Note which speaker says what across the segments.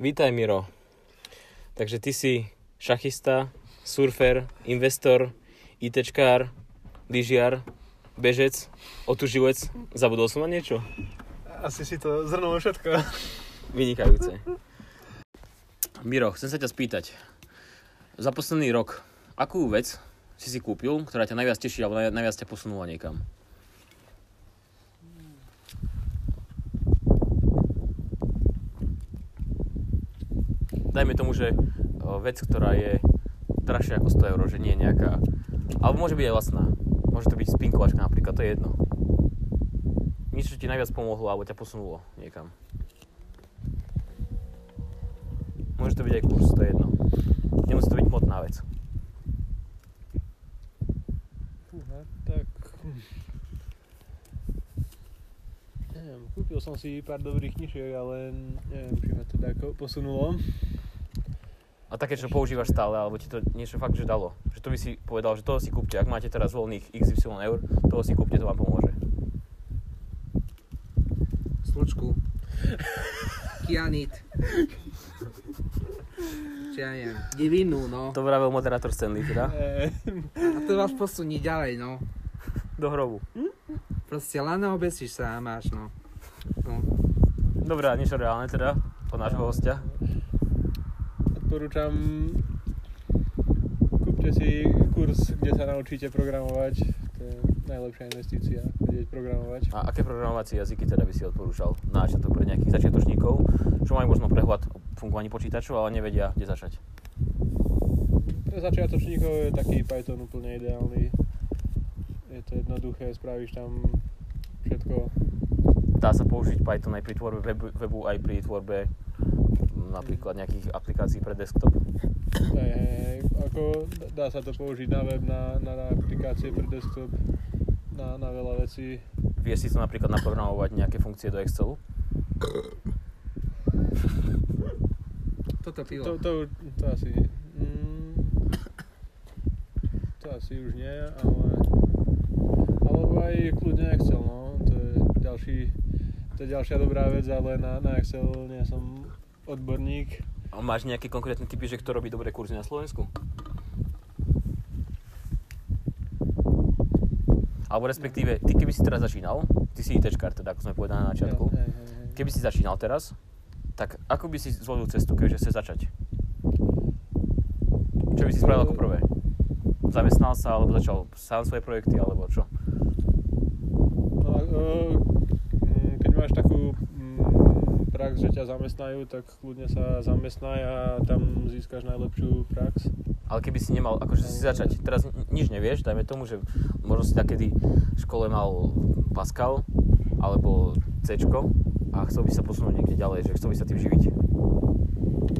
Speaker 1: Vítaj, Miro. Takže ty si šachista, surfer, investor, ITčkár, lyžiar, bežec, otužilec. Zabudol som na niečo?
Speaker 2: Asi si to zhrnul všetko.
Speaker 1: Vynikajúce. Miro, chcem sa ťa spýtať. Za posledný rok, akú vec si si kúpil, ktorá ťa najviac teší alebo naj- najviac ťa posunula niekam? Dajme tomu, že o, vec, ktorá je drahšia ako 100 eur, že nie je nejaká... Alebo môže byť aj lacná. Môže to byť spinkovačka napríklad, to je jedno. Niečo čo ti najviac pomohlo alebo ťa posunulo niekam. Môže to byť aj kurz, to je jedno. Nemusí to byť hmotná vec.
Speaker 2: Fúha, tak... hm. Neviem, kúpil som si pár dobrých knižiek, ale neviem, či ma to tako posunulo.
Speaker 1: A také, čo používaš stále, alebo ti to niečo fakt, že dalo. Že to by si povedal, že toho si kúpte. Ak máte teraz voľných XY eur, toho si kúpte, to vám pomôže.
Speaker 3: Slučku. Kianit. Čo ja neviem, divinu, no.
Speaker 1: To vravel moderátor Stanley, teda.
Speaker 2: Ehm,
Speaker 3: A to vás posuní ďalej, no.
Speaker 1: Do hrobu.
Speaker 3: Proste len obesíš sa a máš, no. no.
Speaker 1: Dobre, a niečo reálne teda, od nášho hostia.
Speaker 2: Odporúčam... Kúpte si kurz, kde sa naučíte programovať. To je najlepšia investícia, vedieť programovať.
Speaker 1: A aké programovacie jazyky teda by si odporúčal na začiatok pre nejakých začiatočníkov, čo majú možno prehľad o fungovaní počítačov, ale nevedia, kde začať.
Speaker 2: Pre začiatočníkov je taký Python úplne ideálny. Je to jednoduché, spravíš tam všetko.
Speaker 1: Dá sa použiť Python aj pri tvorbe webu, webu aj pri tvorbe mm, napríklad nejakých aplikácií pre desktop.
Speaker 2: Hej, hej, hej. Ako d- dá sa to použiť na web, na, na, na aplikácie pre desktop, na, na veľa vecí.
Speaker 1: Vieš si to napríklad naprogramovať nejaké funkcie do Excelu?
Speaker 3: Toto pivo.
Speaker 2: To, to, už- to asi... Mm, to asi už nie, ale... Alebo aj kľudne Excel, no. To je ďalší... To je ďalšia dobrá vec, ale na, na Excel nie som odborník.
Speaker 1: A máš nejaké konkrétne typy, že kto robí dobré kurzy na Slovensku? Alebo respektíve, ty keby si teraz začínal, ty si ITčkár teda, ako sme povedali na začiatku,
Speaker 2: Hej, hej, hej.
Speaker 1: keby si začínal teraz, tak ako by si zvolil cestu, keďže chceš začať? Čo by si spravil ako prvé? Zamestnal sa, alebo začal sám svoje projekty, alebo čo?
Speaker 2: No, a, e, mm, keď máš takú mm, prax, že ťa zamestnajú, tak kľudne sa zamestnaj a tam získaš najlepšiu prax.
Speaker 1: Ale keby si nemal, akože si začať, teraz ni- nič nevieš, dajme tomu, že možno si takedy v škole mal Pascal alebo C a chcel by sa posunúť niekde ďalej, že chcel by sa tým živiť.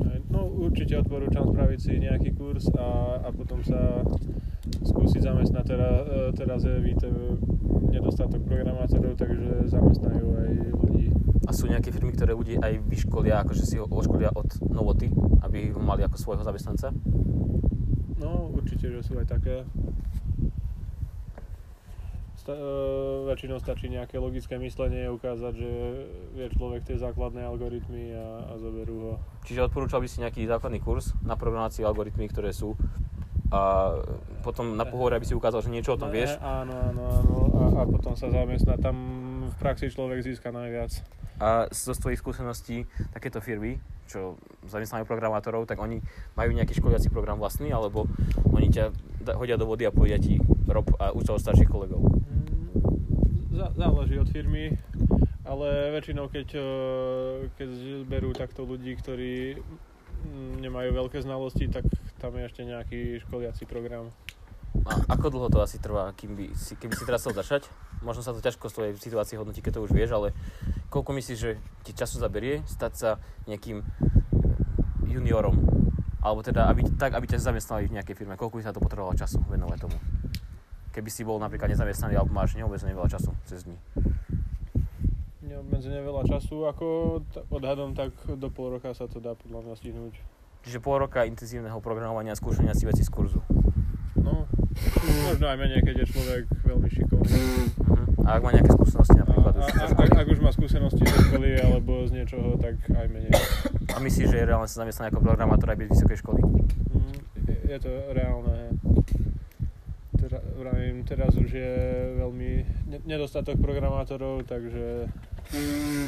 Speaker 2: Aj, No určite odporúčam spraviť si nejaký kurz a, a potom sa skúsiť zamestnať. Teraz, teraz je víte nedostatok programátorov, takže zamestnajú aj ľudí.
Speaker 1: A sú nejaké firmy, ktoré ľudí aj vyškolia, akože si ho oškolia od novoty, aby ho mali ako svojho zamestnanca.
Speaker 2: No určite, že sú aj také. Sta- e, väčšinou stačí nejaké logické myslenie, ukázať, že vie človek tie základné algoritmy a, a zoberú ho.
Speaker 1: Čiže odporúčal by si nejaký základný kurz na programácii algoritmy, ktoré sú a potom na pohovore, aby si ukázal, že niečo o tom
Speaker 2: No,
Speaker 1: vieš.
Speaker 2: e, Áno, áno, áno. A, a potom sa zamestná. Tam v praxi človek získa najviac.
Speaker 1: A zo svojich skúseností takéto firmy, čo zamestnajú programátorov, tak oni majú nejaký školiaci program vlastný, alebo oni ťa da- hodia do vody a povedia ti rob a uč sa od starších kolegov.
Speaker 2: Zá- Mm, Záleží od firmy, ale väčšinou keď, e, keď berú takto ľudí, ktorí mm, nemajú veľké znalosti, tak tam je ešte nejaký školiaci program.
Speaker 1: A ako dlho to asi trvá, kým by si, keby si teraz chcel začať? Možno sa to ťažko z tvojej situácie hodnotí, keď to už vieš, ale koľko myslíš, že ti času zaberie stať sa nejakým eh, juniorom? Alebo teda, aby, tak, aby ťa zamestnali v nejakej firme. Koľko by sa to potrebovalo času venovať tomu? Keby si bol napríklad nezamestnaný alebo máš neobmedzené veľa času cez dni.
Speaker 2: Neobmedzene veľa času, ako t- odhadom, tak do pol roka sa to dá podľa mňa stihnúť.
Speaker 1: Čiže pol roka intenzívneho programovania a skúšania si veci z kurzu.
Speaker 2: No, možno aj menej, keď je človek veľmi šikovný.
Speaker 1: A ak má nejaké skúsenosti
Speaker 2: A, a,
Speaker 1: napríklad už
Speaker 2: a,
Speaker 1: zo
Speaker 2: ak,
Speaker 1: školy.
Speaker 2: ak už má skúsenosti zo školy alebo z niečoho, tak aj menej.
Speaker 1: A myslíš, že je reálne sa zamestnať ako programátor aj bez vysokej školy?
Speaker 2: Mm, je to reálne. hej. Teda, vravím, teraz už je veľmi ne- nedostatok programátorov, takže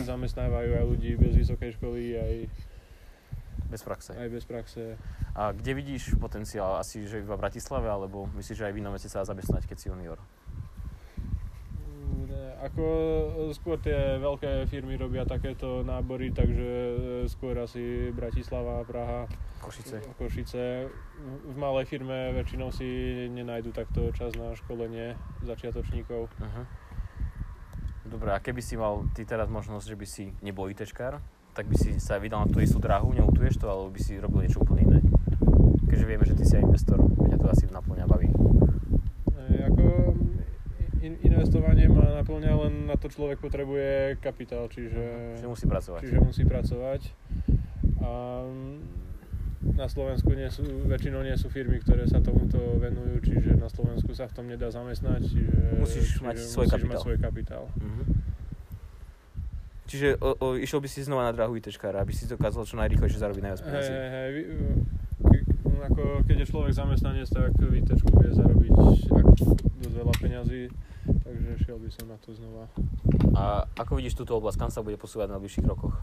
Speaker 2: zamestnávajú aj ľudí bez vysokej školy, aj,
Speaker 1: Bez praxe.
Speaker 2: aj bez praxe.
Speaker 1: A kde vidíš potenciál? Asi, že iba v Bratislave, alebo myslíš, že aj v inom meste sa dá zamestnať, keď si junior?
Speaker 2: Mm, ne, Ako e, skôr tie veľké firmy robia takéto nábory, takže e, skôr asi Bratislava, Praha,
Speaker 1: Košice.
Speaker 2: Košice. V malej firme väčšinou si nenajdu takto čas na školenie začiatočníkov.
Speaker 1: Uh-huh. Dobre, a keby si mal ty teraz možnosť, že by si nebol ITčkár, tak by si sa vydal na tú istú dráhu, neutuješ to, alebo by si robil niečo úplne iné? Keďže vieme, že ty si aj investor, mňa to asi naplňa baví.
Speaker 2: E, Ako in- investovanie ma naplňa, len na to človek potrebuje kapitál, čiže,
Speaker 1: Že musí pracovať.
Speaker 2: čiže musí pracovať. A mm, na Slovensku nie sú, väčšinou nie sú firmy, ktoré sa tomuto venujú, čiže na Slovensku sa v tom nedá zamestnať, čiže
Speaker 1: Musíš
Speaker 2: čiže
Speaker 1: mať svoj
Speaker 2: musíš
Speaker 1: kapitál.
Speaker 2: Mať svoj kapitál.
Speaker 1: Mhm. Čiže o, o, išiel by si znova na dráhu ITčkára, aby si dokázal čo najrýchlejšie zarobiť najviac
Speaker 2: Hej,
Speaker 1: peniazy.
Speaker 2: hej, hej. vy- ke- Ako keď je človek zamestnanec, tak výtečku vie zarobiť ak- dosť veľa peňazí, takže šiel by som na to znova.
Speaker 1: A ako vidíš túto oblasť, kam sa bude posúvať na najbližších rokoch?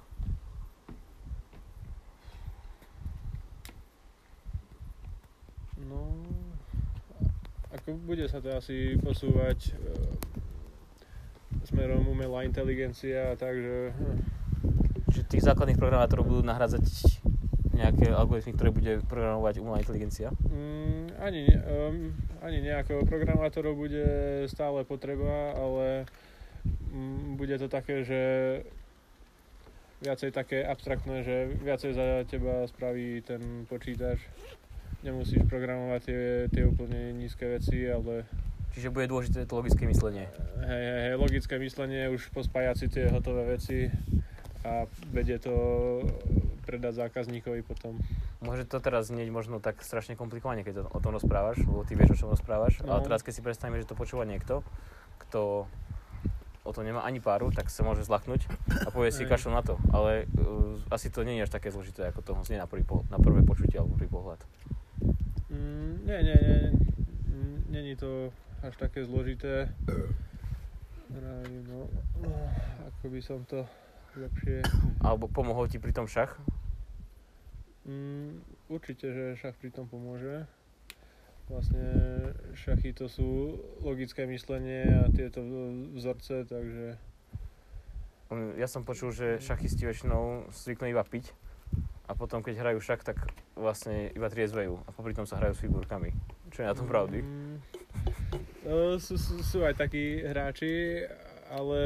Speaker 2: No, ako bude sa to asi posúvať e, smerom umelá inteligencia, takže
Speaker 1: Čiže tých základných programátorov budú nahradzať nejaké algoritmy, ktoré bude programovať umelá inteligencia?
Speaker 2: mm, ani, ne- em, ani nejako programátorov bude stále potreba, ale mm, bude to také, že viacej také abstraktné, že viacej za teba spraví ten počítač. Nemusíš programovať tie, tie úplne nízke veci, ale
Speaker 1: Čiže bude dôležité to logické myslenie.
Speaker 2: Hej, hej, hej, logické myslenie, už pospájať si tie hotové veci a vedie to predať zákazníkovi potom.
Speaker 1: Môže to teraz znieť možno tak strašne komplikovane, keď to- o tom rozprávaš, lebo ty vieš, o čom rozprávaš, ale
Speaker 2: No.
Speaker 1: teraz keď si predstavíme, že to počúva niekto, kto o to nemá ani páru, tak sa môže zlachnúť a povie si
Speaker 2: Hej.
Speaker 1: kašľ na to. Ale uh, asi to nie je až také zložité, ako to znie na, prvý po, na prvé počutie alebo prvý pohľad.
Speaker 2: Mm, nie, nie, nie, mm, není to až také zložité. Vravím, no, ako by som to lepšie...
Speaker 1: Alebo pomohol ti pri tom šach?
Speaker 2: Mm, určite, že šach pri tom pomôže. Vlastne šachy to sú logické myslenie a tieto vzorce, takže...
Speaker 1: On- Hm, Ja som počul, že šachisti väčšinou zvyknú iba piť a potom keď hrajú šach, tak vlastne iba triezvejú a popri tom sa hrajú s figurkami. Čo je na tom pravdy?
Speaker 2: Mm, no, sú, sú, sú aj takí hráči, ale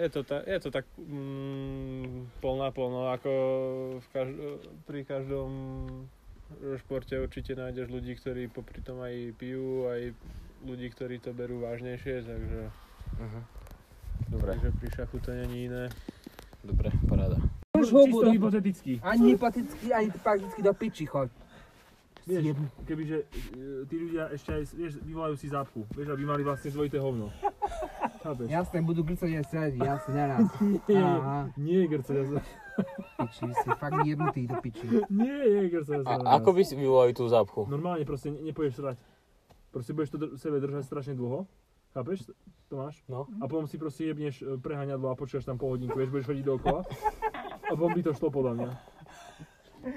Speaker 2: je to, ta, je to tak mm, pol na pol, no, ako v každ- pri každom športe určite nájdeš ľudí, ktorí popri tom aj pijú, aj ľudí, ktorí to berú vážnejšie, takže,
Speaker 1: Mhm. Dobre,
Speaker 2: takže pri šachu to není iné.
Speaker 1: dobre, paráda.
Speaker 4: Už
Speaker 5: Čisto
Speaker 4: hovorí.
Speaker 5: hypoteticky.
Speaker 4: Ani hypoteticky, ani prakticky do piči choď.
Speaker 5: Vieš, kebyže e, tí ľudia ešte aj, vieš, vyvolajú si zápku, vieš, aby mali vlastne dvojité hovno. Chápeš?
Speaker 4: Jasné, budú grcať aj stredy, jasné, naraz. Aha,
Speaker 5: Nie je grceľa sa.
Speaker 4: piči, vy ste fakt jebnutí do piči.
Speaker 5: Nie je grceľa sa.
Speaker 1: A ako by si vyvolali tú zápchu?
Speaker 5: Normálne proste ne- nepôjdeš srať. Proste budeš to dr- sebe držať strašne dlho. Chápeš, Tomáš?
Speaker 1: No.
Speaker 5: A potom si proste jebneš e, preháňadlo a počúvaš tam pol hodinku, vieš, budeš chodiť dookola. A potom by to šlo podľa mňa.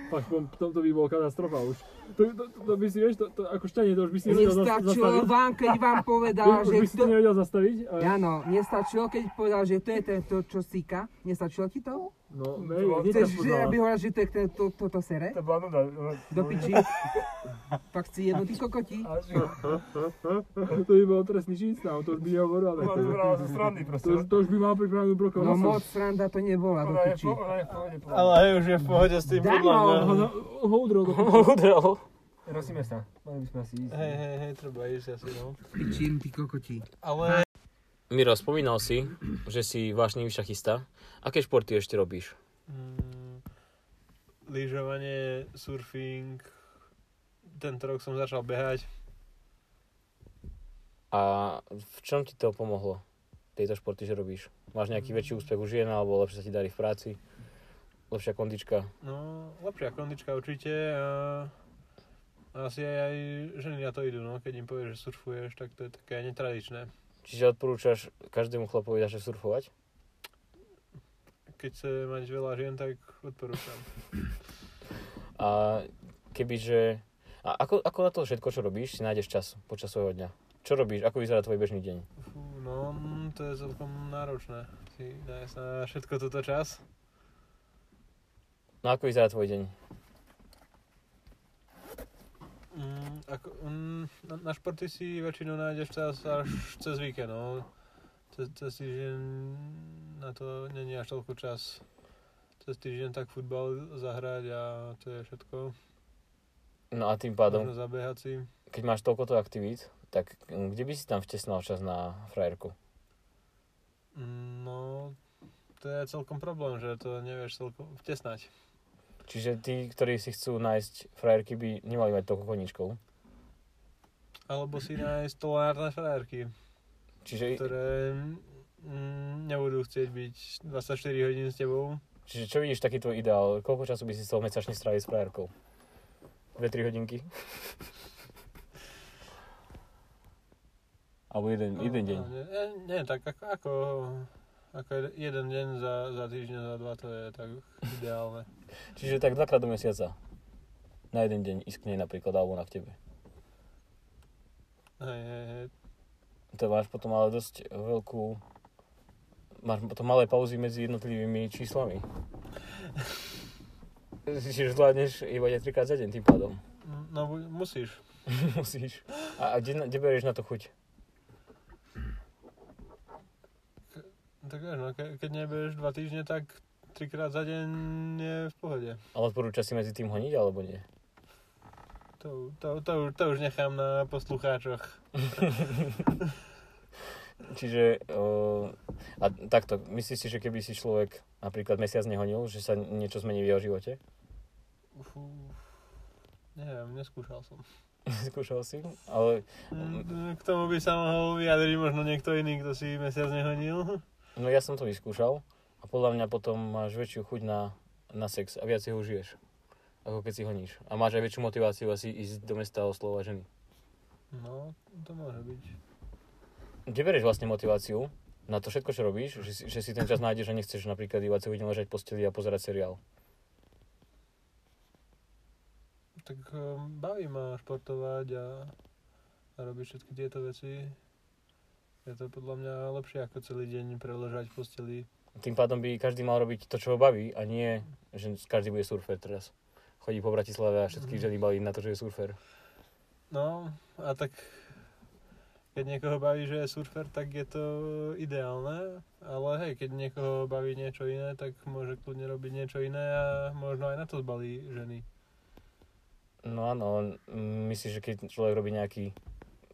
Speaker 5: Fakt, potom potom to by bolo katastrofa už. To, to, to, by si, vieš, to, to, ako šťanie, to už by si nevedel zas-
Speaker 4: Nestačilo
Speaker 5: zastaviť.
Speaker 4: vám, keď vám povedal,
Speaker 5: Už
Speaker 4: že...
Speaker 5: by si to
Speaker 4: To...
Speaker 5: nevedel zastaviť. A...
Speaker 4: Áno, nestačilo, keď povedal, že to je tento, čo síka. Nestačilo ti to?
Speaker 5: No, ne, hneď ťa
Speaker 4: Chceš, že
Speaker 5: spoznala.
Speaker 4: aby hovoril, že to je ten- to- toto sere?
Speaker 6: no. To no, bola nuda.
Speaker 4: Do piči.
Speaker 6: no.
Speaker 4: Fakt si jebnutí kokoti.
Speaker 6: A že-
Speaker 5: To by bol trestný čin s nám, to už by nehovoril. ale
Speaker 6: Ona
Speaker 5: to-
Speaker 6: to brala zo strany
Speaker 5: To,
Speaker 6: proste.
Speaker 5: už- to už by mal pripravenú brokov.
Speaker 4: No moc sranda to nebola do
Speaker 6: Ona je
Speaker 4: piči.
Speaker 6: po- ona je v pohode, pohode.
Speaker 2: už je v pohode s tým no.
Speaker 4: Dano!
Speaker 5: Ho, ho udrel do
Speaker 1: Udrel.
Speaker 6: Rosíme sa. Mali by sme asi ísť.
Speaker 2: hej, hej, treba ísť asi, no.
Speaker 4: Pičin, ty kokoti.
Speaker 2: Ale
Speaker 1: Miro, spomínal si, že si vášnivý šachista. Aké športy ešte robíš?
Speaker 2: Mm, lyžovanie, surfing. Tento rok som začal behať.
Speaker 1: A v čom ti to pomohlo? Tejto športy, že robíš? Máš nejaký väčší úspech u žien, alebo lepšie sa ti darí v práci? lepšia kondička.
Speaker 2: No, lepšia kondička určite a a asi aj, aj ženy na to idú, no. Keď im povieš, že surfuješ, tak to je také netradičné.
Speaker 1: Čiže odporúčaš každému chlapovi začať surfovať?
Speaker 2: Keď chce mať veľa žien, tak odporúčam.
Speaker 1: A kebyže... A ako, ako na to všetko, čo robíš, si nájdeš čas počas svojho dňa? Čo robíš? Ako vyzerá tvoj bežný deň?
Speaker 2: Fú, no, mm, to je celkom náročné. Si nájsť na všetko toto čas.
Speaker 1: No ako vyzerá tvoj deň?
Speaker 2: Mm, ako, mm, na, na športy si väčšinou nájdeš čas až cez víkend, no. Cez, cez týždeň na to není až toľko čas. Cez týždeň tak futbal zahrať a to je všetko.
Speaker 1: No a tým pádom,
Speaker 2: Možno zabehať si.
Speaker 1: keď máš toľkoto aktivít, tak mm, kde by si tam vtesnal čas na frajerku?
Speaker 2: Mm, No, to je celkom problém, že to nevieš celkom vtesnať.
Speaker 1: Čiže tí, ktorí si chcú nájsť frajerky, by nemali mať toľko koníčkov.
Speaker 2: Alebo si nájsť tolárne frajerky,
Speaker 1: Čiže,
Speaker 2: ktoré mm, nebudú chcieť byť 24 hodín s tebou.
Speaker 1: čiže čo vidíš taký tvoj ideál? Koľko času by si chcel mesačne stráviť s frajerkou? 2-3 hodinky? Alebo jeden, jeden deň?
Speaker 2: No, Nie, ja neviem, tak ako, ako, ako jed- jeden deň za, za týždeň, za dva, to je tak ideálne.
Speaker 1: Čiže tak dvakrát do mesiaca. Na jeden deň ísť k nej napríklad, alebo na k tebe.
Speaker 2: Hej, hej, hej.
Speaker 1: To máš potom ale dosť veľkú... Máš potom malé pauzy medzi jednotlivými číslami. Čiže zvládneš iba 3 krát za deň tým pádom.
Speaker 2: No bu- musíš.
Speaker 1: Musíš. A, a kde, na- kde berieš na to chuť?
Speaker 2: Tak vieš, no, ke, keď nebudeš dva týždne, tak trikrát za deň je v pohode.
Speaker 1: Ale odporúča si medzi tým honiť, alebo nie?
Speaker 2: To, to, to, už- to už nechám na poslucháčoch.
Speaker 1: Čiže, uh, a takto, myslíš si, že keby si človek napríklad mesiac nehonil, že sa niečo zmení v jeho živote?
Speaker 2: Fú, neviem, neskúšal som.
Speaker 1: Skúšal si? Ale No,
Speaker 2: Mm, K tomu by sa mohol vyjadriť možno niekto iný, kto si mesiac nehodil.
Speaker 1: No ja som to vyskúšal a podľa mňa potom máš väčšiu chuť na, na sex a viac si ho užiješ, ako keď si honíš. A máš aj väčšiu motiváciu asi ísť do mesta oslova ženy.
Speaker 2: No, to môže byť.
Speaker 1: Kde bereš vlastne motiváciu na to všetko, čo robíš, že si, že si ten čas nájdeš a nechceš napríklad iba celý deň ležať v posteli a pozerať seriál?
Speaker 2: Tak ehm, baví ma športovať a, a robiť všetky tieto veci. Je to podľa mňa lepšie ako celý deň preležať v posteli.
Speaker 1: Tým pádom by každý mal robiť to, čo ho baví a nie, že každý bude surfer teraz. Chodí po Bratislave a všetkých ženy baví na to, že je surfer.
Speaker 2: No a tak keď niekoho baví, že je surfer, tak je to ideálne, ale hej, keď niekoho baví niečo iné, tak môže kľudne robiť niečo iné a možno aj na to zbalí ženy.
Speaker 1: No áno, len mm, myslíš, že keď človek robí nejaký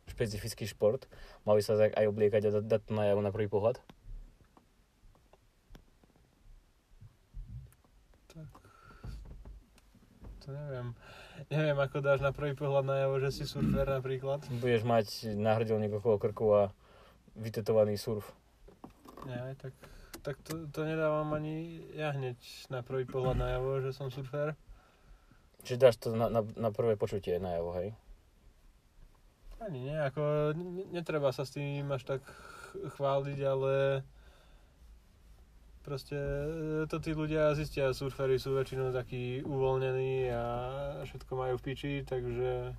Speaker 1: špecifický šport, mal by sa tak aj obliekať a da- dať to najavo na prvý pohľad?
Speaker 2: To neviem. Neviem, ako dáš na prvý pohľad najavo, že si surfer napríklad.
Speaker 1: Budeš mať náhrdelník okolo krku a vytetovaný surf.
Speaker 2: Ja, aj tak, tak to, to nedávam ani ja hneď na prvý pohľad najavo, že som surfer.
Speaker 1: Čiže dáš to na, na, na prvé počutie najavo, hej?
Speaker 2: Ani nie, ako n- n- netreba sa s tým až tak ch- chváliť, ale proste e, to tí ľudia zistia, surfery sú väčšinou takí uvoľnení a všetko majú v piči, takže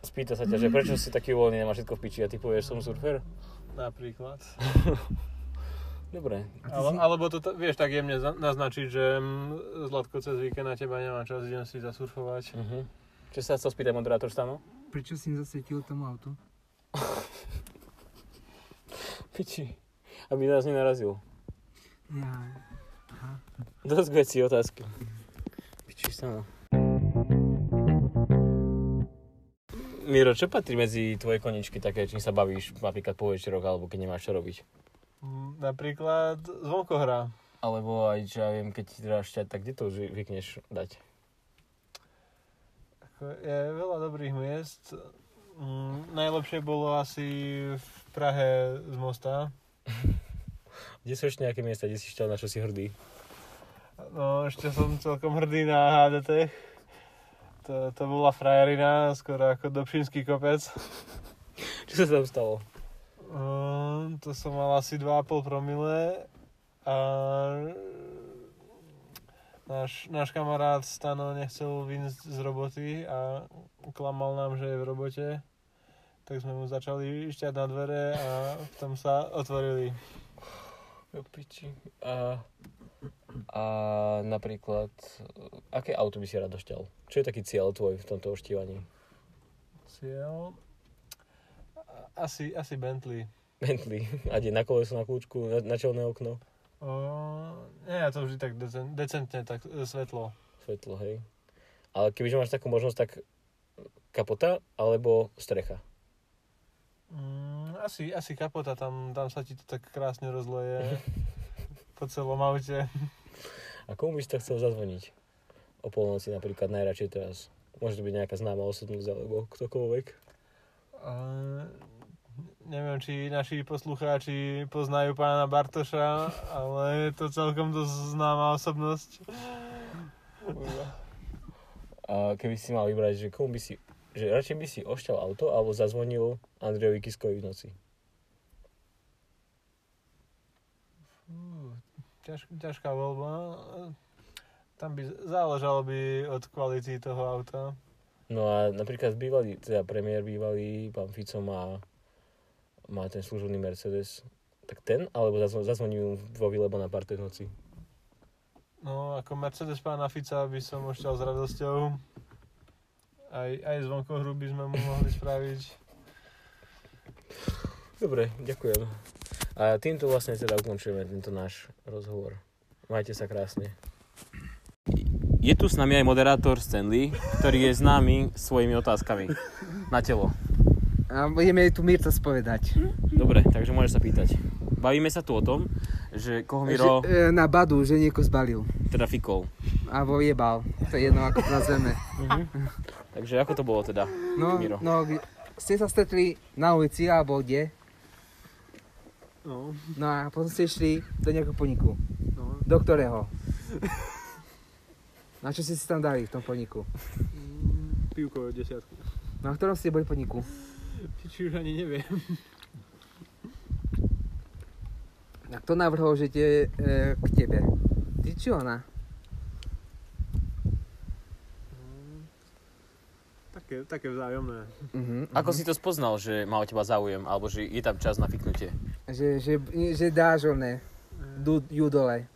Speaker 1: Spýta sa ťa, že prečo si taký uvoľnený, nemáš všetko v piči a ty povieš, som surfer?
Speaker 2: napríklad.
Speaker 1: Dobre.
Speaker 2: Ale, alebo to, t- vieš tak jemne za- naznačiť, že mm, Zlatko cez víkend na teba nemá čas, idem si zasurfovať.
Speaker 1: Mhm. Čo sa chcel spýtať moderátor Stano?
Speaker 4: Prečo si zasvietil tomu autu?
Speaker 1: Piči. Aby nás nenarazil.
Speaker 4: Ja.
Speaker 1: Dosť k veci otázky. Piči
Speaker 7: no.
Speaker 1: Stano. Miro, čo patrí medzi tvoje koničky také, čím sa bavíš napríklad po večeroch alebo keď nemáš čo robiť?
Speaker 2: Mm, Napríklad zvonkohra.
Speaker 1: Alebo aj, čo ja viem, keď ti dáš šťať, tak kde to už vykneš dať?
Speaker 2: Ako Je veľa dobrých miest. Mm, Najlepšie bolo asi v Prahe z Mosta.
Speaker 1: Kde sú ešte nejaké miesta, kde si šťal, na čo si hrdý?
Speaker 2: No, ešte som celkom hrdý na HDT. To, to bola frajerina, skoro ako Dobšinský kopec.
Speaker 1: Čo sa tam stalo?
Speaker 2: Ehm, to som mal asi 2,5 promile a náš, náš kamarát Stano nechcel vyjsť z roboty a klamal nám, že je v robote. Tak sme mu začali šťať na dvere a tam sa otvorili.
Speaker 7: Do piči. A, a napríklad, aké auto by si rád došťal? Čo je taký cieľ tvoj v tomto oštívaní?
Speaker 2: Cieľ? Asi, asi Bentley.
Speaker 7: Bentley. A kde na koleso, na kľúčku, na, na čelné okno,
Speaker 2: O, Ehm, nie, ja to vždy tak decen, decentne, tak e, svetlo.
Speaker 7: svetlo, hej. Ale kebyže máš takú možnosť, tak kapota alebo strecha.
Speaker 2: Mm, asi, asi kapota, tam, tam sa ti to tak krásne rozleje po celom aute.
Speaker 7: A komu by si to chcel zazvoniť? O polnoci napríklad najradšej teraz. Môže to byť nejaká známa osobnosť alebo ktokoľvek.
Speaker 2: Ale neviem, či naši poslucháči poznajú pána Bartoša, ale je to celkom dosť známa osobnosť.
Speaker 7: A keby si mal vybrať, že komu by si, že radšej by si ošťal auto alebo zazvonil Andrejovi Kiskovi v noci.
Speaker 2: Fú, Ťaž, ťažká voľba. Tam by záležalo by od kvality toho auta.
Speaker 7: No a napríklad bývalý, teda premiér bývalý, pán Fico má, má ten služobný Mercedes, tak ten, alebo zazvo- zazvoní mu vo Vilebo na partej noci.
Speaker 2: No, ako Mercedes pána Fica by som ošťal s radosťou. Aj, aj zvonkou hru by sme mu mohli spraviť.
Speaker 7: Dobre, ďakujem. A týmto vlastne teda ukončujeme tento náš rozhovor. Majte sa krásne.
Speaker 1: Je tu s nami aj moderátor Stanley, ktorý je známy svojimi otázkami na telo.
Speaker 3: A budeme tu Mirca spovedať.
Speaker 1: Dobre, takže môžeš sa pýtať. Bavíme sa tu o tom, že koho Miro
Speaker 3: Že, e, na Badu, že nieko zbalil.
Speaker 1: teda fikol.
Speaker 3: Alebo jebal. To je jedno, ako to nazveme.
Speaker 1: Takže ako to bolo teda?
Speaker 3: No,
Speaker 1: Miro.
Speaker 3: no, vy- ste sa stretli na ulici alebo kde?
Speaker 2: No,
Speaker 3: No a potom ste šli do nejakého podniku.
Speaker 2: no.
Speaker 3: Do ktorého? Na čo ste si tam dali v tom podniku?
Speaker 2: Pivko desiatku.
Speaker 3: Na ktorom ste boli podniku?
Speaker 2: Či už ani neviem.
Speaker 3: A kto navrhol, že tie e, k tebe? Ty či ona?
Speaker 2: Také, také vzájomné.
Speaker 3: Mhm.
Speaker 1: Ako si to spoznal, že má o teba záujem, alebo že je tam čas na fiknutie?
Speaker 3: Že, že, že dáš oné, du, ju dole.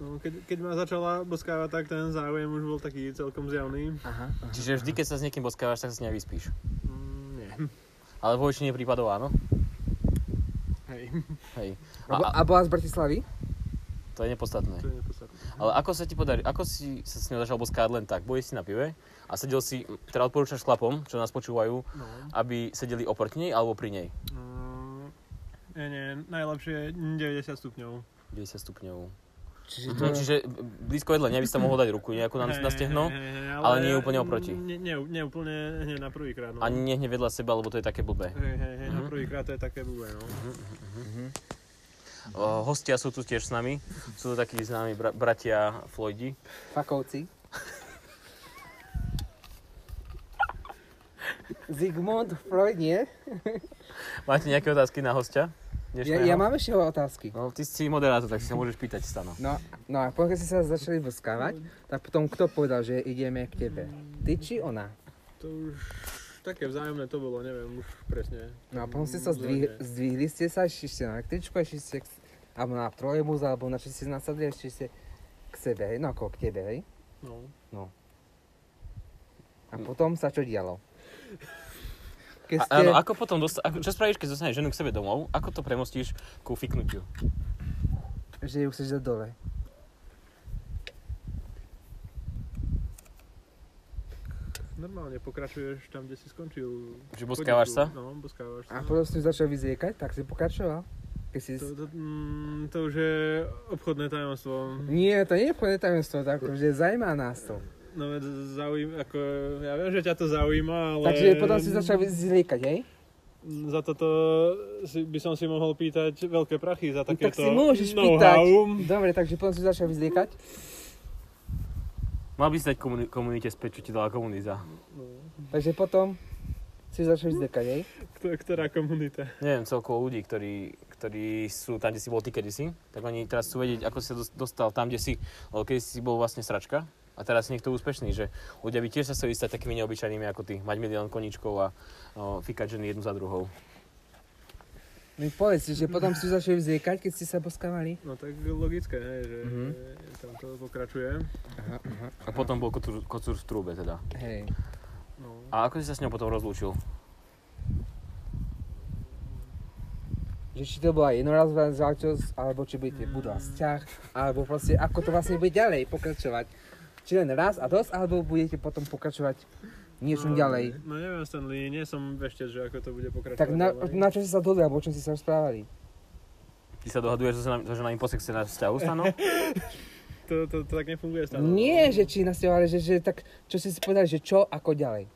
Speaker 2: No, keď, keď ma začala boskávať, tak ten záujem už bol taký celkom zjavný.
Speaker 3: Aha.
Speaker 1: Čiže vždy, keď sa s niekým boskávaš, tak sa s ňou vyspíš.
Speaker 2: Mm, nie.
Speaker 1: Ale vo väčšine prípadov áno.
Speaker 2: Hej,
Speaker 1: Hej.
Speaker 3: A, bo-
Speaker 1: A, a
Speaker 3: a bola z Bratislavy?
Speaker 1: to je nepodstatné.
Speaker 2: to je nepodstatné.
Speaker 1: Ale ako sa ti podarí, ako si sa s ňou začal boskávať len tak? Boli si na pive a sedel si, teda odporúčaš chlapom, čo nás počúvajú,
Speaker 2: No.
Speaker 1: aby sedeli oproti nej alebo pri nej?
Speaker 2: Mm, nie, nie, najlepšie 90 stupňov.
Speaker 1: 90 stupňov.
Speaker 3: Čiže to...
Speaker 1: No, čiže blízko vedľa, neby si tam mohol dať ruku nejakú na, na stehno,
Speaker 2: Hej, hej, hej,
Speaker 1: ale nie úplne oproti.
Speaker 2: Nie, nie, nie úplne hneď na prvýkrát, no.
Speaker 1: ani nehne vedľa seba, lebo to je také blbé.
Speaker 2: Hej, hej, hej, na
Speaker 1: Mhm.
Speaker 2: prvýkrát to je také blbé, no.
Speaker 1: O, hostia sú tu tiež s nami, sú tu takí známi bra- bratia Floydi.
Speaker 3: Fakovci. Zigmund Freud, nie?
Speaker 1: Máte nejaké otázky na hostia?
Speaker 3: Ja,
Speaker 1: dnešného?
Speaker 3: ja mám ešte otázky.
Speaker 1: No, ty si moderátor, tak si sa môžeš pýtať, Stano.
Speaker 3: No, no a potom, keď ste sa začali boskávať, tak potom kto povedal, že ideme k tebe? Ty či ona?
Speaker 2: To už také vzájomné to bolo, neviem už presne.
Speaker 3: No a potom ste sa zdvihli, zdvihli ste sa, išli ste na električku, išli ste k, alebo na trojebus, alebo na čo ste nasadli, išli ste k sebe, hej, no ako k tebe, hej.
Speaker 2: No.
Speaker 3: A potom sa čo dialo? Keď
Speaker 1: A,
Speaker 3: ste...
Speaker 1: áno, ako potom dosta- ako, čo spravíš, keď dostaneš ženu k sebe domov? Ako to premostíš ku fiknutiu?
Speaker 3: Že ju chceš dať dole.
Speaker 2: Normálne pokračuješ tam, kde si skončil.
Speaker 1: Že boskávaš sa?
Speaker 2: No, boskávaš sa.
Speaker 3: A potom si ju začal vyzriekať, tak si pokračoval. Keď si...
Speaker 2: To, to, mm, to už je obchodné tajomstvo.
Speaker 3: Nie, to nie je obchodné tajomstvo, tak že zajímá nás to.
Speaker 2: No veď zaujíma, ako, ja viem, že ťa to zaujíma, ale...
Speaker 3: Takže potom si začal vyzriekať, hej?
Speaker 2: za toto si, by som si mohol pýtať veľké prachy za
Speaker 4: No tak
Speaker 2: takéto
Speaker 4: si môžeš
Speaker 2: know-how.
Speaker 3: Dobre, takže potom si začal vyzliekať.
Speaker 1: Mal by si dať komuni- komunite späť, čo ti dala komunita.
Speaker 3: Takže potom si začal vyzliekať, hej?
Speaker 2: Kto- Ktorá komunita?
Speaker 1: Neviem, celkovo ľudí, ktorí, ktorí sú tam, kde si bol ty kedysi, tak oni teraz chcú vedieť, ako si sa dos- dostal tam, kde si, lebo kedy si bol vlastne sračka a teraz si niekto úspešný, že ľudia by tiež sa chceli stať takými neobyčajnými ako ty, mať milión koničkov a no, fikať ženy jednu za druhou.
Speaker 3: Mi No povedz, že potom si začal vyzliekať, keď ste sa boskávali.
Speaker 2: No tak logické, hej, že
Speaker 1: Mhm.
Speaker 2: mm-hmm. tam to pokračuje.
Speaker 1: A potom bol kocúr, kocúr v trúbe teda.
Speaker 3: Hej.
Speaker 2: No.
Speaker 1: A ako si sa s ňou potom rozlúčil?
Speaker 3: Že či to bola jednorazová záležitosť, alebo či budete budovať vzťah, alebo proste ako to vlastne bude ďalej pokračovať. Či len raz a dosť, alebo budete potom pokračovať niečom ďalej.
Speaker 2: No neviem, Stanley, nie som veštec, že ako to bude pokračovať.
Speaker 3: Tak na,
Speaker 2: ďalej.
Speaker 3: na čo ste sa dohodli, alebo o čom ste sa rozprávali?
Speaker 1: Ty sa dohaduješ so ženami, so ženami po sexe na vzťahu, Stano?
Speaker 2: To, to, to tak nefunguje stále. no.
Speaker 3: Nie, že či nasťahovali, že, že tak, čo ste si povedali, že čo, ako ďalej.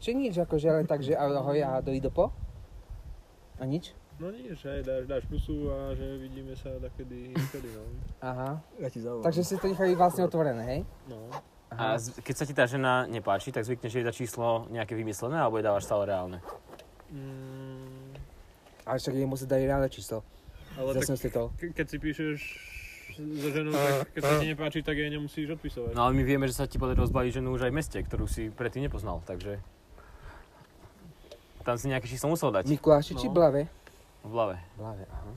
Speaker 3: Či nič, ako že len tak, že ahoj a do po? A nič?
Speaker 2: No nič, hej, dáš, dáš pusu a že vidíme sa takedy inokedy, no.
Speaker 3: Aha.
Speaker 6: Ja ti zavolám.
Speaker 3: Takže ste to nechali vlastne otvorené, hej?
Speaker 2: no.
Speaker 1: A z, keď sa ti tá žena nepáči, tak zvykneš jej dať číslo nejaké vymyslené, alebo jej dávaš stále reálne?
Speaker 2: Mm,
Speaker 3: Ale však jej musí dať reálne číslo.
Speaker 2: ale tak,
Speaker 3: Zase ste to.
Speaker 2: ke- keď si píšeš so ženou, tak keď sa ti nepáči, tak jej nemusíš odpisovať.
Speaker 1: No ale my vieme, že sa ti podarilo zbaviť ženu už aj v meste, ktorú si predtým nepoznal, takže... Tam si nejaké číslo musel dať
Speaker 3: Mikuláši či
Speaker 2: No.
Speaker 3: Blave?
Speaker 1: v hlave.
Speaker 3: Blave, aha.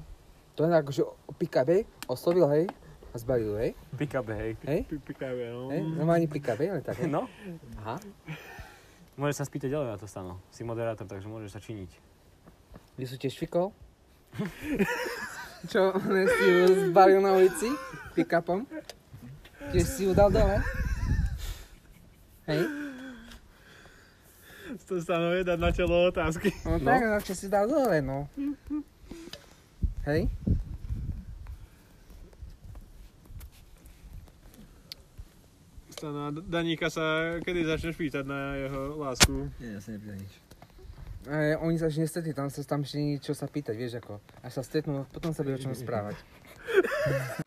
Speaker 3: To je akože pikabe, oslovil, hej? A zbalil, hej?
Speaker 1: Pick up, hej.
Speaker 3: Hej?
Speaker 2: Pi- Pikavé, no.
Speaker 3: Hej? No ani pikabe, ale tak, hej?
Speaker 1: No,
Speaker 3: Aha.
Speaker 1: môžeš sa spýtať ďalej na to, Stano. Si moderátor, takže môžeš sa činiť.
Speaker 3: Vy sú tiež fikol? Čo, on si ju zbalil na ulici? Pick-upom? Tiež si ju dal dole? Hej?
Speaker 2: To stanovie dať na telo otázky.
Speaker 3: No, tak, no, čo si dal dole, no. Hej?
Speaker 2: Stano, no, Daníka sa kedy začneš pýtať na jeho lásku?
Speaker 6: Nie, ja sa nepýtam nič.
Speaker 3: E, oni sa až nestretli, no, tam sa tam ešte niečo sa pýtať, vieš ako. Až sa stretnú, potom sa bude o čom správať.